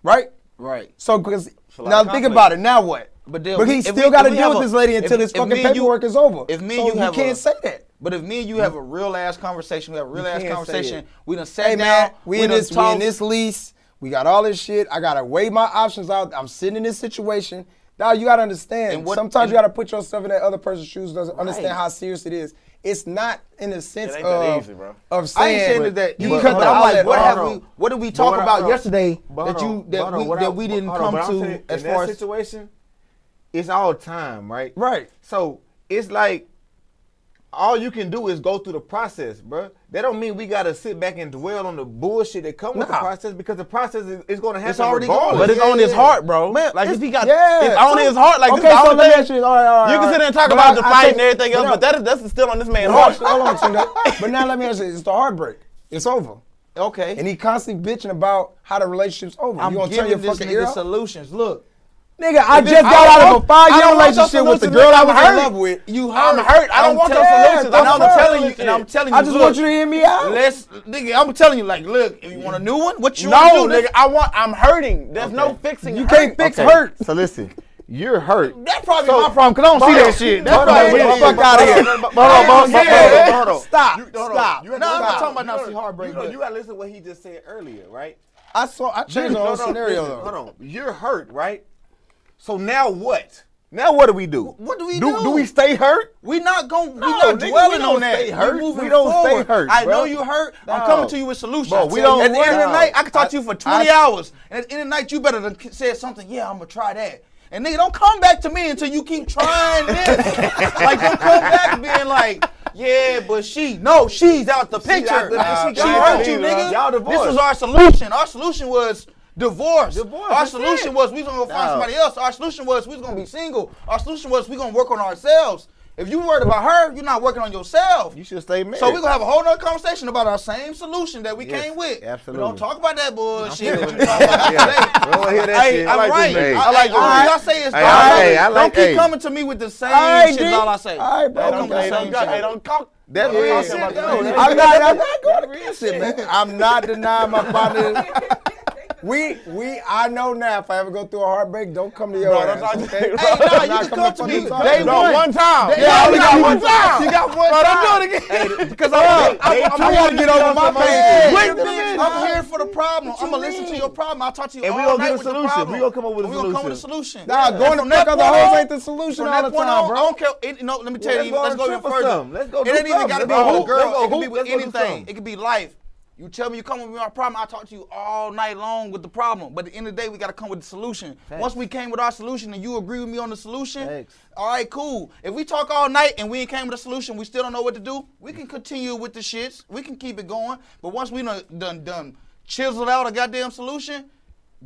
right? Right. So, because a lot now of think conflict. about it. Now what? But then we- he if still we- got to if we deal have with a- this lady until if- his if fucking me and you- paperwork is over. If me so and you have can't a- say that. But if me and you have a real ass conversation, we have a real ass can't say conversation. it. We done sat Hey down. man, we, in done this we in talked. this lease. We got all this shit. I gotta weigh my options out. I'm sitting in this situation. Now you gotta understand. And what- sometimes you and- gotta put yourself in that other person's shoes. Doesn't understand how serious it is. It's not in the sense ain't that of easy, bro. of I saying ain't saying that you you cut the I'm outlet like, what off. have we? What did we talk But about hold on. yesterday But that hold you on, that but hold we on, what I- that we didn't hold on, come but I'm saying to as in that far as situation, it's all time, right? Right. So it's like all you can do is go through the process, bruh. That don't mean we gotta sit back and dwell on the bullshit that come with the Nah. process because the process is, is gonna happen. It's already regardless. going. But it's Yeah, on his yeah. heart, bro. like if he got, yeah. it's So- on his heart. Like okay, this is the so only let me thing- ask you. this. All right, all right, You all can right. sit there and talk But about I- the I fight think- and everything else, no. but that is, that's still on this man's Hold heart. on, hold on, Tunde. But now let me ask you. this. It's the heartbreak. It's over. okay. And he constantly bitching about how the relationship's over. I'm you gonna turn giving your this fucking ear nigga off? solutions. Look, Nigga, I just got I out don't of want- a I don't five-year want your relationship with the solutions, girl nigga. I I'm was in hurt. love with. you I'm hurt. hurt. I don't I'm want your telling- solutions. And I'm I'm hurt. telling you. And I'm telling you. I just look, want you to hear me out. Let's, nigga. I'm telling you. Like, look. If you want a new one, what you want No, to do, nigga, I want. I'm hurting. There's no fixing. you hurt. can't fix hurt. So listen, you're hurt. That's probably my problem because I don't see that shit. That's Hold probably on, what wait, it fuck is. outta here. Hold Hold on, on, yeah. hold on. Stop, You- hold on. stop. You gotta- No, I'm you not gotta- talking about you not gotta- see heartbreak, You know, but- you gotta listen to what he just said earlier, right? I saw. I changed the whole No, no, scenario listen, though. Hold on. You're hurt, right? So now what? Now what do we do? What do we do? Do we stay hurt? We not going. we No, not nigga, dwelling we don't on that. stay hurt. We, moving We don't stay forward. hurt, I bro. know you hurt. No. I'm coming to you with solutions. Bro, we I tell you, don't- At the end of the no. night, I can talk to you for I- 20 hours, and at the end of the night, you better than said something. Yeah, I'm gonna try that. And nigga, don't come back to me until you keep trying this. like, don't come back being like, yeah, but she, no, she's out the picture. out the- she she gone. hurt you, nigga. Y'all this divorced. was our solution. Our solution was divorce. Divorce, Our that's solution it. was we was gonna go find No. somebody else. Our solution was we was gonna be single. Our solution was we gonna work on ourselves. If you worried about her, you're not working on yourself. You should stay married. So we're gonna have a whole nother conversation about our same solution that we Yes, came with. absolutely. We don't talk about that bullshit. that you talking about Yeah. today. I wanna hear that Hey, shit. I'm I like right. this nigga. I, I like like this all nigga. I say is Hey, don't, I- hey, I don't like- keep hey. coming to me with the same All right, shit. D. Is all I say. All right, bro. Don't Okay. come to the Hey, same don't, hey, shit. don't talk. That I'm real talking shit, about the though. real That- I'm not. I'm not going to real shit, man. I'm not denying my partner. We we I know now if I ever go through a heartbreak, don't come to your Bro, ass. that's all you okay? say, bro. I'm Hey, nah, not you can coming come to fucking me. talk. Day No, one. one time. They- yeah, they only got got one one. time. You got one Bro, time. don't do it again. Because I'm, I, I'm, I I'm, want to get over my pain. Wait a I'm, minute. here for the problem. I'm gonna listen to your problem. I'll talk to you And we all gonna night get a with the solution. problem. We gonna come up with a And we gonna come with a solution. Nah, going to fuck that other point hoes on- ain't the solution From all the that point time, on, I bro. don't care. It, no, let me tell Let's you. go on Let's a go trip even or further. something. Let's go It do ain't even something. gotta be Let's go with a hoop. girl. Let's It go could be hoop. with Let's go do anything. something. It could be life. You tell me you come with me on a problem. I talk to you all night long with the problem. But at the end of the day, we gotta come with a solution. Once we came with our solution and you agree with me on the solution, Facts. all right, cool. If we talk all night and we ain't came with a solution, we still don't know what to do. We can continue with the shits. We can keep it going. But once we done done, done chiseled out a goddamn solution.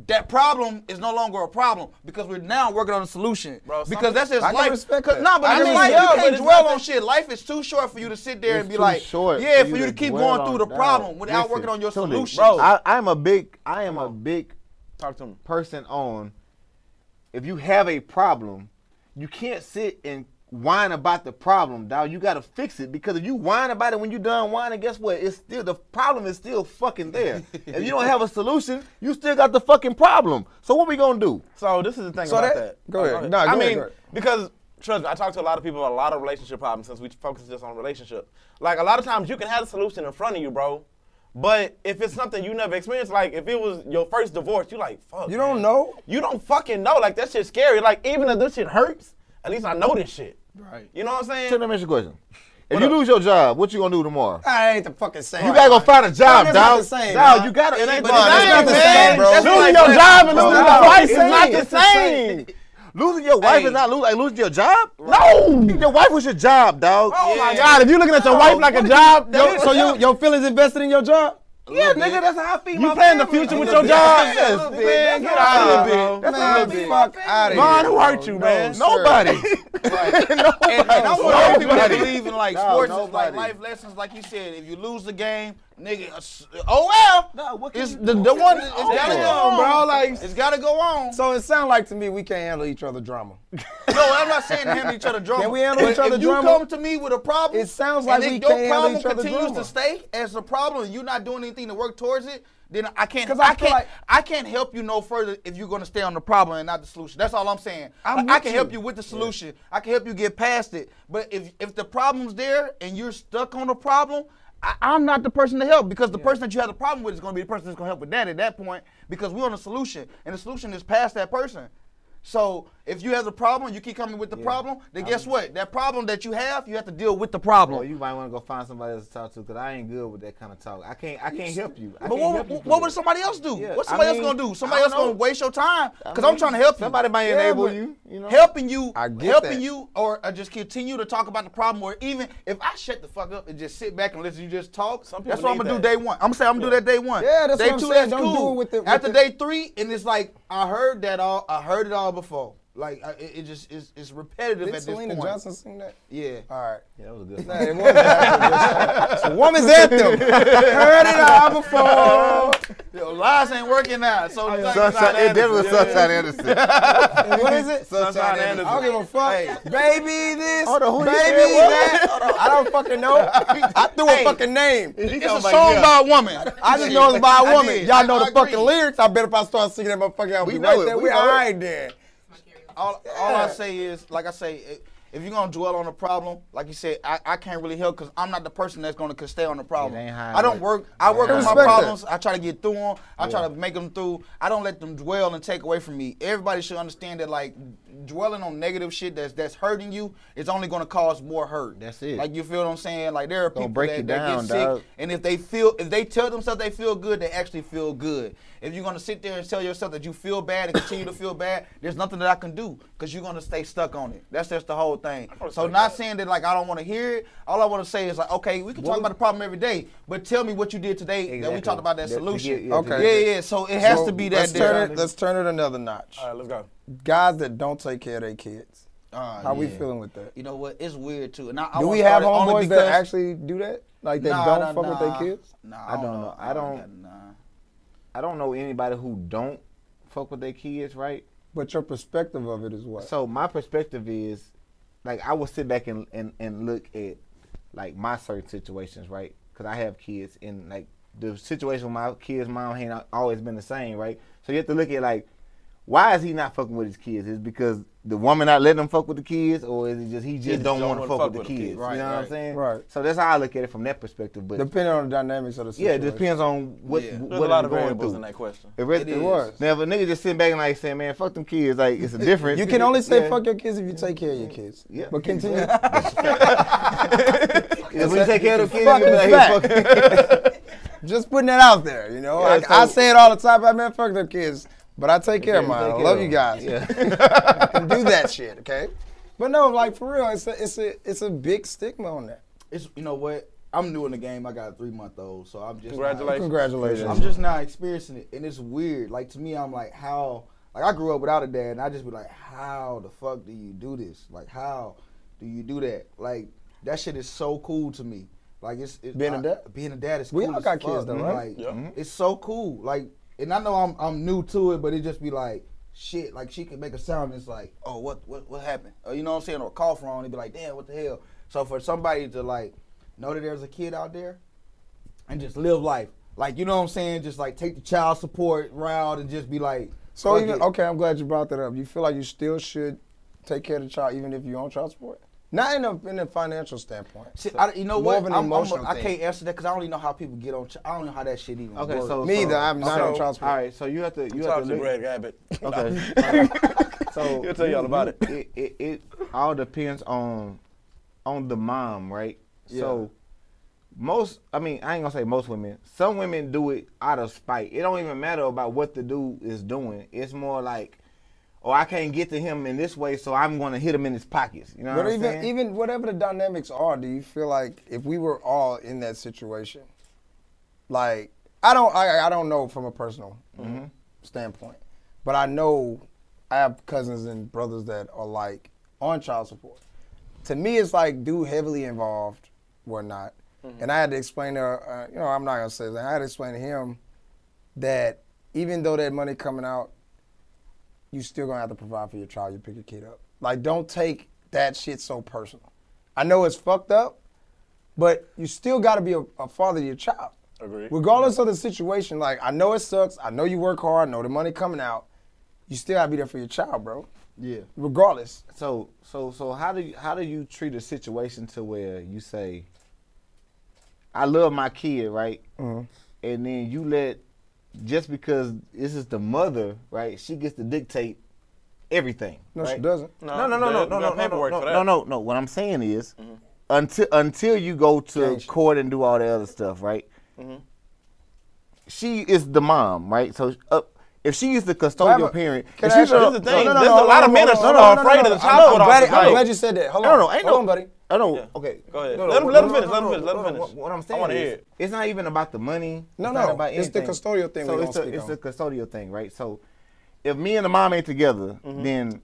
That problem is no longer a problem because we're now working on a solution. Bro, some- because that's just I can life. respect Cause- that. Nah, but I I mean, can life, respect that, you can't but it's dwell not on shit. Life is too short for you to sit there and It's be too like, short yeah, for for you you to to keep dwell going through on the that. problem without Listen, working on your Tony, solution. Bro. I, I'm a big, I am a big Talk to me. person on. If you have a problem, you can't sit and whine about the problem, dog. You gotta fix it because if you whine about it when you done whining, guess what? It's still the problem is still fucking there. if you don't have a solution, you still got the fucking problem. So what we gonna do? So this is the thing So about that- that. go Oh, ahead. No, go I ahead, mean, go ahead. because trust me, I talk to a lot of people about a lot of relationship problems since we focus just on relationship. Like a lot of times you can have a solution in front of you, bro. But if it's something you never experienced, like if it was your first divorce, you like fuck. You don't man. know? You don't fucking know. Like that shit's scary. Like even if this shit hurts, at least I know this shit. Right. You know what I'm saying? Tell them answer question. If you lose your job, what you gonna do tomorrow? I ain't the fucking same. You gotta go find a job, That's not dog. the same, Dog, man. you gotta. It ain't but the it same, ain't, man. bro. That's Losing like your saying- job and It's losing not your the wife is same. not the It's the same. same. Losing your wife is not losing like losing your job. No, your wife was your job, dog. Oh my Yeah. God! If you looking at your wife like a job, Yo, so you, your feelings invested in your job? Yeah, nigga, that's how I feel. you playing the future with your job? Yes, A little bit. man, That's get what I out feel, of here. That's man, fuck out of Vaughn, here. who hurt you, man? Nobody. and, and I'm one of those people that believe in like No, sports is nobody. like life lessons. Like you said, if you lose the game, nigga, it's- oh well. No, what can it's you the, do? the one. It's gotta on, go on, bro, like- it's gotta go on. So it sounds like to me we can't handle each other drama. no, I'm not saying to handle each other drama. Can we handle But each other if you drama? come to me with a problem, It sounds like and then we your can't handle problem each other continues drama. to stay as a problem, and you're not doing anything to work towards it. Then I can't. 'Cause I feel I, can't. like- I can't help you no further if you're gonna stay on the problem and not the solution. That's all I'm saying. I'm Like, I with can you. help you with the solution. I can help you get past it. But if if the problem's there and you're stuck on the problem. I, I'm not the person to help because the person that you have the problem with is going to be the person that's going to help with that at that point because we're on a solution and the solution is past that person. So if you have the problem, you keep coming with the problem. Then guess what? That problem that you have, you have to deal with the problem. Well, you might want to go find somebody else to talk to because I ain't good with that kind of talk. I can't. I can't help you. I but can't what, help you what, through what would that. somebody else do? Yeah, What's I somebody mean, else gonna do? Somebody I else don't gonna know. waste your time? Because mean, I'm trying to help you. Somebody might enable you. You know. helping you, I get helping that. you, or, or just continue to talk about the problem, or even if I shut the fuck up and just sit back and listen, you just talk. Some people that's what I'm need gonna do day that. one. I'm gonna say I'm gonna do that day one. Yeah, that's day what I'm two. saying. That's Don't cool. do it with the- with After the- day three, and it's like I heard that all. I heard it all before. Like I, it, it just is it's repetitive Did at this Selena point. Johnson sing that? Yeah. All right. Yeah, that was a good. Nah, it was actually just- it's a woman's anthem. Heard it all before. Yo, lies ain't working out. So Sunshine, it definitely was Sunshine Anderson. And what is it? Sunshine I Anderson. don't give a fuck. Baby this, Hold on, who you baby said what? that. I don't fucking know. I threw a fucking name. It's a song by a woman. I just know it's by a I woman. did. Y'all know I the fucking agree. lyrics. I bet if I start singing that motherfucker, I'll We be know right it. there. We We know all it. right then. All, all I say is, like I say, i- if you're gonna dwell on the problem, like you said, I, I can't really help because I'm not the person that's gonna stay on the problem. It ain't how it I don't works. work. I work on my Respect that. problems. I try to get through them. I try to make them through. I don't let them dwell and take away from me. Everybody should understand that, like, dwelling on negative shit that's that's hurting you is only gonna cause more hurt. That's it. Like you feel what I'm saying? Like there are people break that, you that down, get sick dog. and if they feel, if they tell themselves they feel good, they actually feel good. If you're gonna sit there and tell yourself that you feel bad and continue to feel bad, there's nothing that I can do because you're gonna stay stuck on it. That's just the whole thing. So not saying that like I don't want to hear it. All I want to say is like, okay, we can talk about the problem every day, but tell me what you did today that Exactly. we talked about that That- to solution. get- yeah, to Okay. get- Yeah, yeah. So it has So to be let's that. Turn there. it, let's turn it another notch. All right, let's go. Guys that don't take care of their kids, Oh, Uh, how we yeah. feeling with that? You know what? It's weird too. And I, I Do wanna we have start it only homeboys because- that actually do that? Like that Nah, don't nah, fuck with nah. their kids? Nah, I don't know. I don't- got- Nah. I don't know anybody who don't fuck with their kids, right? But your perspective of it is what? So my perspective is, like, I will sit back and and, and look at like my certain situations, right? Because I have kids, and like the situation with my kids' mom ain't al- always been the same, right? So you have to look at like, why is he not fucking with his kids? Is it because the woman not letting him fuck with the kids, or is it just he just, just don't, don't want to wanna fuck, with the kids? Right, you know what I'm right. saying? Right. So that's how I look at it from that perspective. But Depending on the dynamics of the yeah, situation. it depends on what Yeah. what There's a lot I'm of going variables through. in that question. It, really- It is. Now, if a nigga just sitting back and like saying, "Man, fuck them kids," like it's a difference. You can only say Yeah. fuck your kids if you take care of your kids. Yeah. But continue. If we take care of the kids, Fucking you be like, fact. "Fuck it." Just putting that out there, you know. Yeah, Like, I so- say it all the time. I man, fuck them kids, but I take care of Yeah, mine. take I care love of you them. guys. Yeah. I can do that shit, okay? But no, like for real, it's a it's a it's a big stigma on that. It's you know what? I'm new in the game. I got a three month old, so I'm just not- Congratulations. Congratulations. I'm just now experiencing it, and it's weird. Like to me, I'm like, how? Like I grew up without a dad, and I just be like, how the fuck do you do this? Like how do you do that? Like that shit is so cool to me. Like it's, it's Being a I- dad? Being a dad is We cool all as got fuck, kids though, man. right? Like Yeah. it's so cool. Like and I know I'm I'm new to it, but it just be like. Shit, like she can make a sound. It's like, oh, what, what, what happened? Or, you know what I'm saying? Or cough wrong. And be like, damn, what the hell? So for somebody to like know that there's a kid out there, and just live life. Like you know what I'm saying? Just like take the child support route and just be like. So fuck even it. okay, I'm glad you brought that up. You feel like you still should take care of the child, even if you own child support. Not in a in a financial standpoint. See, I, you know More what? of an I'm, I'm, emotional I thing. can't answer that because I don't even know how people get on. Ch- I don't know how that shit even Okay, works. so Me so- either. I'm not okay, on child support. All right, so you have to you Talk have to to look. Brad Abbott. Okay. so He'll tell y'all about it. It, it it all depends on on the mom, right? So most I mean, I ain't gonna say most women. Some women do it out of spite. It don't even matter about what the dude is doing. It's more like Oh, I can't get to him in this way, so I'm gonna hit him in his pockets. You know But what I'm even saying? even whatever the dynamics are, do you feel like if we were all in that situation, like I don't I, I don't know from a personal Mm-hmm. standpoint, but I know I have cousins and brothers that are like on child support. To me, it's like dude heavily involved, or not, Mm-hmm. and I had to explain to uh, you know I'm not gonna say that I had to explain to him that even though that money coming out you still gonna have to provide for your child. You pick your kid up. Like, don't take that shit so personal. I know it's fucked up, but you still gotta be a, a father to your child. Agreed. Regardless of the situation, like I know it sucks. I know you work hard. I know the money coming out. You still gotta be there for your child, bro. yeah, Regardless. so so so how do you how do you treat a situation to where you say i love my kid right and then you let just because this is the mother right she gets to dictate everything No, right? she doesn't. no no no no there- no there no are paperwork no for no, that. Mm-hmm. no no no what i'm saying is until until you go to Change. court and do all that other stuff right Mm-hmm. she is the mom right so uh, if she is the custodial Why am I- parent, Can if I ask she's you- This the- is the thing. There's a lot of hold men on, that's hold on, not hold on, afraid hold of on. the I child know, support I'm glad- officer. I'm glad you said that. Hold on. I don't know. Ain't hold no, on, buddy. I don't. Yeah. Okay. Go ahead. No, Let no, him- let him no, finish, no, let him no, finish, let him no, no, finish. What, what I'm I saying wanna hear is, it. it's not even about the money. No, it's no, not about it's the anything. custodial thing So we it's gonna the, speak it's the on. custodial thing, right? So, if me and the mom ain't together, then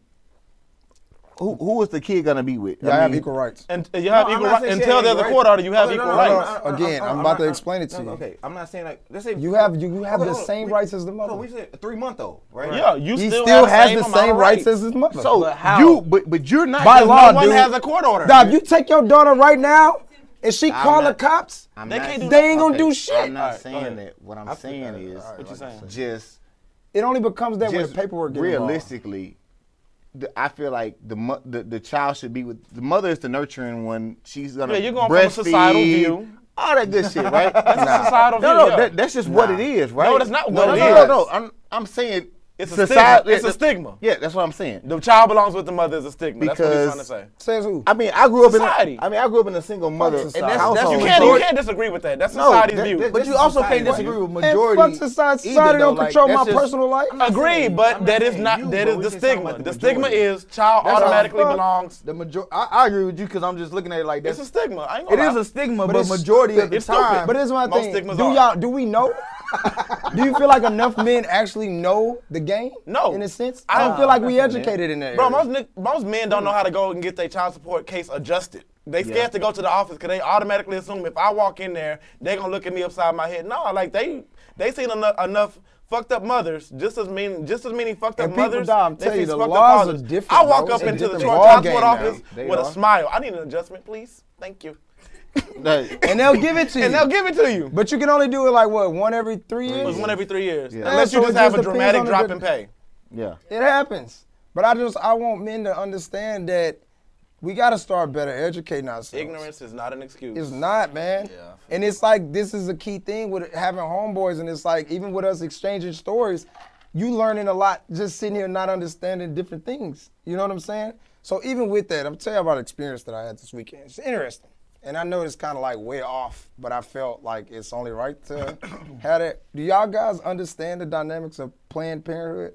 who who is the kid gonna be with? Y'all have equal rights. And uh, you have No, I'm equal not rights. saying she Until ain't there's a right. court order, you have Okay, no, equal Oh, no, no, no, rights. no, no, no, Again, no, I'm no, about no, to no, explain it to no, you. Okay, I'm not saying like let's say You have- you have the hold on, same we- rights as the mother. No, we said three month old, right? Yeah, you he still, still has have the amount of same rights as his mother. So you, but but you're not By just- law, no one dude. has a court order. Now, if you take your daughter right now and she call not- the cops, I'm They can't do they ain't gonna okay, do shit. I'm not Alright, go saying ahead. that. What I'm saying is, What you saying? just It only becomes that when the just paperwork gets realistic. realistically, the, I feel like the, mo- the the child should be with the mother is the nurturing one. She's gonna Yeah, you're going from a breastfeed, societal view. all that good shit, right? a societal no, view, no, yeah. that, that's just what it is, right? No, that's not what no, it no, No, is. no, I'm I'm saying It's soci- a stigma. yeah, It's a that- stigma. Yeah, that's what I'm saying. The child belongs with the mother is a stigma. That's what you're trying to Because- say. Says who? I mean, I grew up Society. in. A, I mean, I grew up in a single mother society. And that's- household. You Oh, can't, you majority- can't disagree with that. That's No, society's that- view. that- but This you is also society, can't right? disagree with Man, majority. fuck society. either, Society though. don't Like, control my that's just- personal life. Agree, saying- but I'm not that is saying not you, that but is we the just talking stigma. about The the stigma majority. is child how automatically fuck- belongs. The major, I, I agree with you because I'm just looking at it like It's that's a stigma. I ain't it gonna is lie. a stigma, But but, it's majority of the it's stupid. time. But here's my Most thing. stigmas Do are. y'all do we know? do you feel like enough men actually know the game? No. In a sense? I I don't- don't feel like we that's not it. educated in that. Bro, area. most, ni- most men don't know how to go and get their child support case adjusted. They scared Yeah. to go to the office because they automatically assume if I walk in there, they gonna look at me upside my head. No, like they they seen enough, enough fucked up mothers, just as many just as many fucked up And people, mothers. dog, I'm they telling you, the seen fucked up laws are fathers. different, I walk bro. It's up a into the different child ballgame support now. office They with a are. smile. I need an adjustment, please. Thank you. Like, and they'll give it to you. and they'll give it to you. but you can only do it like what one every three It was years. one every three years, Yeah. unless you So it just have just a depends dramatic on the drop good- in pay. yeah. It happens. But I just I want men to understand that we got to start better educating ourselves. Ignorance is not an excuse. It's not, man. Yeah. And it's like this is a key thing with having homeboys, and it's like even with us exchanging stories, you learning a lot just sitting here not understanding different things. You know what I'm saying? So even with that, I'm telling you about an experience that I had this weekend. It's interesting, and I know it's kind of like way off, but I felt like it's only right to have that. Do y'all guys understand the dynamics of Planned Parenthood?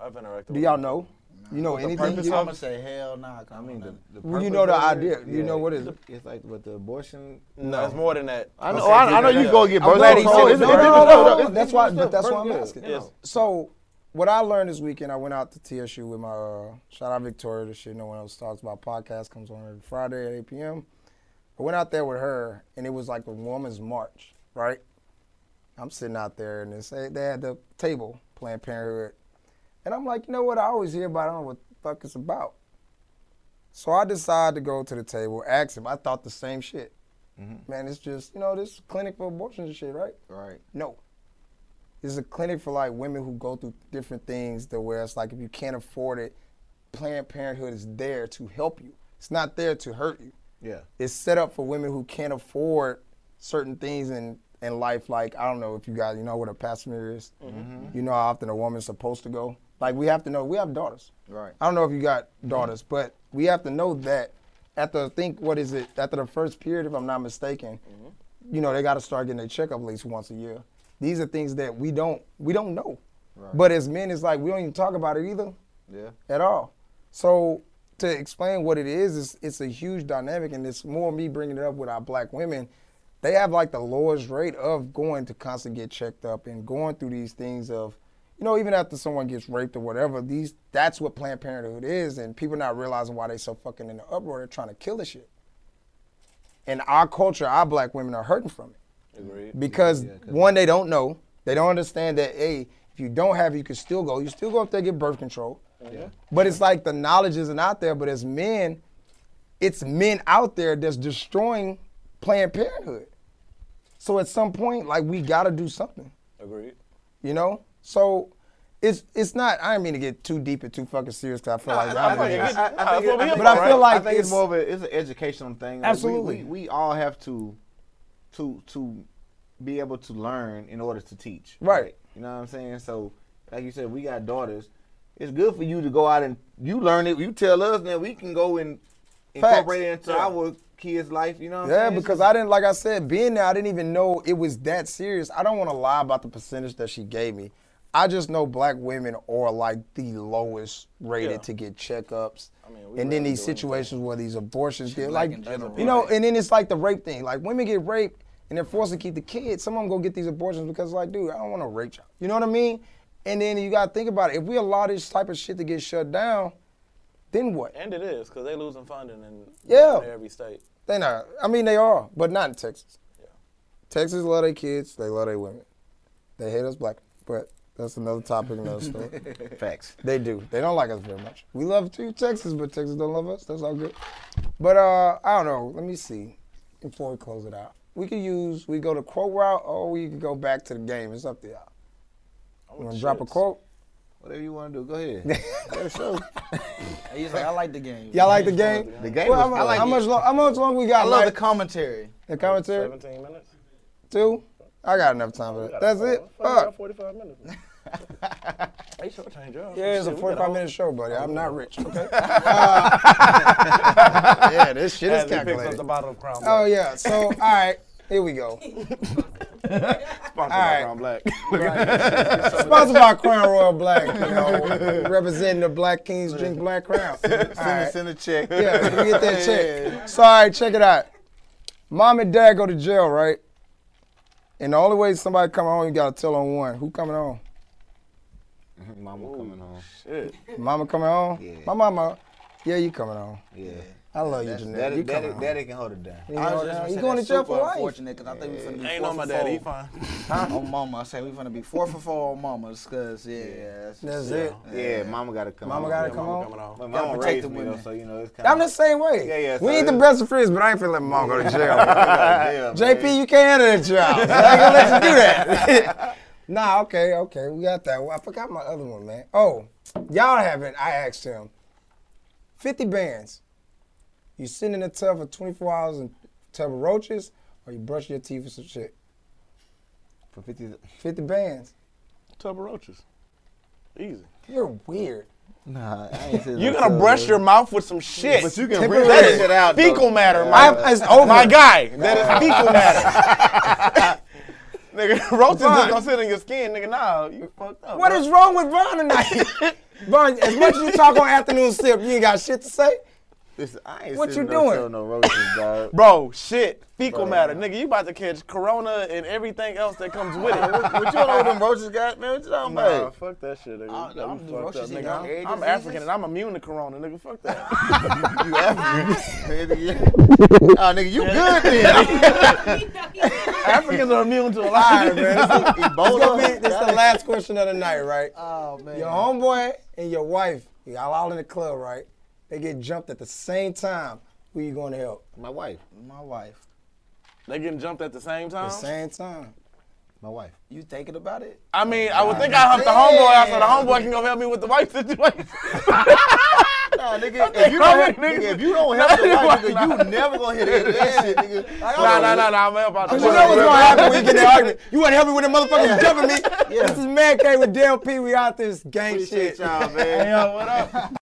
I've interacted. Do with y'all them. know? You know anything? purpose You, of- I'ma say hell nah. I mean, the, the Well, you purpose know the of it, idea. You know what is it? It's like with the abortion. No, it's more than that. I Oh, know. I, I know you go get I'm birth glad he control. said it. It's- No, it's- no, it's- no, no, it's- no, it's- That's why. But stuff, that's why bro, I'm yeah. asking. Yes. So, what I learned this weekend, I went out to TSU with my uh, shout out Victoria. The shit no one else talks about. Podcast comes on every Friday at 8 p.m. I went out there with her, and it was like a woman's march, right? I'm sitting out there, and it's, they had the table Planned Parenthood, and I'm like, you know what? I always hear about. it. I don't know what the fuck it's about. So I decided to go to the table, ask him. I thought the same shit. Man, it's just you know this clinic for abortions and shit, right? Right. No. This is a clinic for like women who go through different things to where it's like if you can't afford it, Planned Parenthood is there to help you. It's not there to hurt you. Yeah. It's set up for women who can't afford certain things in, in life. Like, I don't know if you guys, you know what a passenger is? You know how often a woman's supposed to go? Like, we have to know, we have daughters. Right. I don't know if you got daughters, but we have to know that after I think what is it after the first period, if I'm not mistaken, you know they got to start getting their checkup at least once a year. These are things that we don't we don't know, but as men, it's like we don't even talk about it either Yeah. at all. So to explain what it is, it's, it's a huge dynamic, and it's more me bringing it up with our black women. They have like the lowest rate of going to constantly get checked up and going through these things of, you know, even after someone gets raped or whatever. These that's what Planned Parenthood is, and people not realizing why they so fucking in the uproar. They're trying to kill the shit. And our culture, our black women are hurting from it Agreed. because one they don't know they don't understand that hey if you don't have it you can still go you still go up there and get birth control but it's like the knowledge isn't out there but as men it's men out there that's destroying planned parenthood so at some point like we gotta do something Agreed. you know so it's it's not i didn't mean to get too deep and too fucking serious because i feel like I i'm think like it's- I- I nah, think that's what it- we here but I for, feel right? like I think it's, it's- more of a it's an educational thing. Like, we- Absolutely. we, we, all have to to to be able to learn in order to teach. Right. You know what I'm saying? So, like you said, we got daughters. It's good for you to go out and you learn it. You tell us, then we can go and incorporate it into Yeah. our kids' life. You know? What yeah I'm saying? It's because just- i didn't like i said being there i didn't even know it was that serious i don't want to lie about the percentage that she gave me i just know black women are like the lowest rated Yeah. to get checkups I mean, we and then rarely these do anything. situations where these abortions get like like in general, you know right. and then it's like the rape thing like women get raped and they're forced to keep the kids some of them go get these abortions because like dude i don't want to rape you you know what i mean and then you got to think about it if we allow this type of shit to get shut down then what And it is because they losing funding in Yeah. every state. They not. I mean, they are, but not in Texas. Yeah. Texas love their kids. They love their women. They hate us black, but that's another topic, another story. facts. they do. They don't like us very much. We love too Texas, but Texas don't love us. That's all good. But uh, I don't know. Let me see. Before we close it out, we could use we go to quote route, or we could go back to the game. It's up to y'all. You want to drop a quote? Whatever you want to do, go ahead. Yes, sir. He's like, I like the game. Y'all like the game? The game Well, was how, mu- fun. how much long, how much long we got? I love the Mike? commentary. the commentary. 17 minutes. Two? I got enough time for that. That's it. Fuck. 45 minutes. Hey, short change up. Yeah, it's a Shit, we got 45 whole- minute show, buddy. I'm not rich. Okay. yeah, this shit As he picks up the bottle of Crown Oh Black. yeah. So all right, here we go. sponsored all by right. Crown Black. Sponsored by Crown Royal Black. You know, representing the Black Kings, drink Black Crown. All right. Send a check. Yeah, we get that check. So all right, check it out. Mom and dad go to jail, right? And the only way somebody coming home, you gotta tell on one. Who coming home? Mama coming home. Shit. Mama coming home? Yeah. My mama, Yeah, you coming on. Yeah. I love you, That's, Janelle. You daddy, daddy, coming on. daddy can hold it down. You I know, was just now gonna you say going to that's jail super for life. Unfortunate, cause I think we finna be Ain't four on my for daddy. He four. fine. On Oh, mama, I say we finna be four for four on mamas, cause yeah, that's, That's yeah. it. Yeah, mama gotta come. Mama on. gotta Yeah, come mama- on. Coming on. My Gotta mama protect raised the me though, women. so you know it's kind I'm the same way. Yeah, yeah, We so need the it- best of friends, but I ain't finna let my mom go to jail. of JP, you can't enter that job. I ain't gonna let you do that. nah, okay, okay, we got that. Well, I forgot my other one, man. Oh, y'all haven't. I asked him. Fifty bands. You sit in a tub for 24 hours and tub of roaches, or you brush your teeth with some shit. for fifty. 50 bands. Tub of roaches. Easy. You're weird. Nah, I ain't say You're that. gonna brush your mouth with some shit. But you can Temporary- rip that that is shit out. fecal though. matter, I'm, my, it's over. my guy. That is fecal matter. nigga, roaches just gonna sit in your skin, nigga. Nah, you fucked up. What is wrong with Ron tonight? Ron, as much as you talk on afternoon sip, you ain't got shit to say. Listen, I ain't What sitting you no doing? cell, No roaches, dog. Bro, shit, fecal matter, nigga. You about to catch corona and everything else that comes with it. what you know what them roaches got, man? What you talking Nah, about? fuck that shit, nigga. I- You I'm the fucked up, roaches eating nigga. air I'm, I'm diseases. African and I'm immune to corona, nigga. Fuck that. You African? oh, nigga, you good then? Africans are immune to a lot. of shit. Ebola. This is the last question of the night, right? Oh man. Your homeboy and your wife, y'all all in the club, right? They get jumped at the same time. Who you going to help? My wife. My wife. They getting jumped at the same At the time. same time. My wife. You thinking about it? I mean, I would think I help the homeboy out so the homeboy can go help me with the wife situation. Nah, nigga, if you don't coming, help, nigga. nigga, if you don't help your Nah, wife, nah. nigga, you never gonna hit the end of that shit, nigga. nah, nah, nah, nah. I'm gonna help out. the You know what's wife. going to happen when you get in the argument. You want to help me when the motherfucker's jumping me? This is Man K with DLP. We out this gang Appreciate shit. y'all, man. Yo, what up?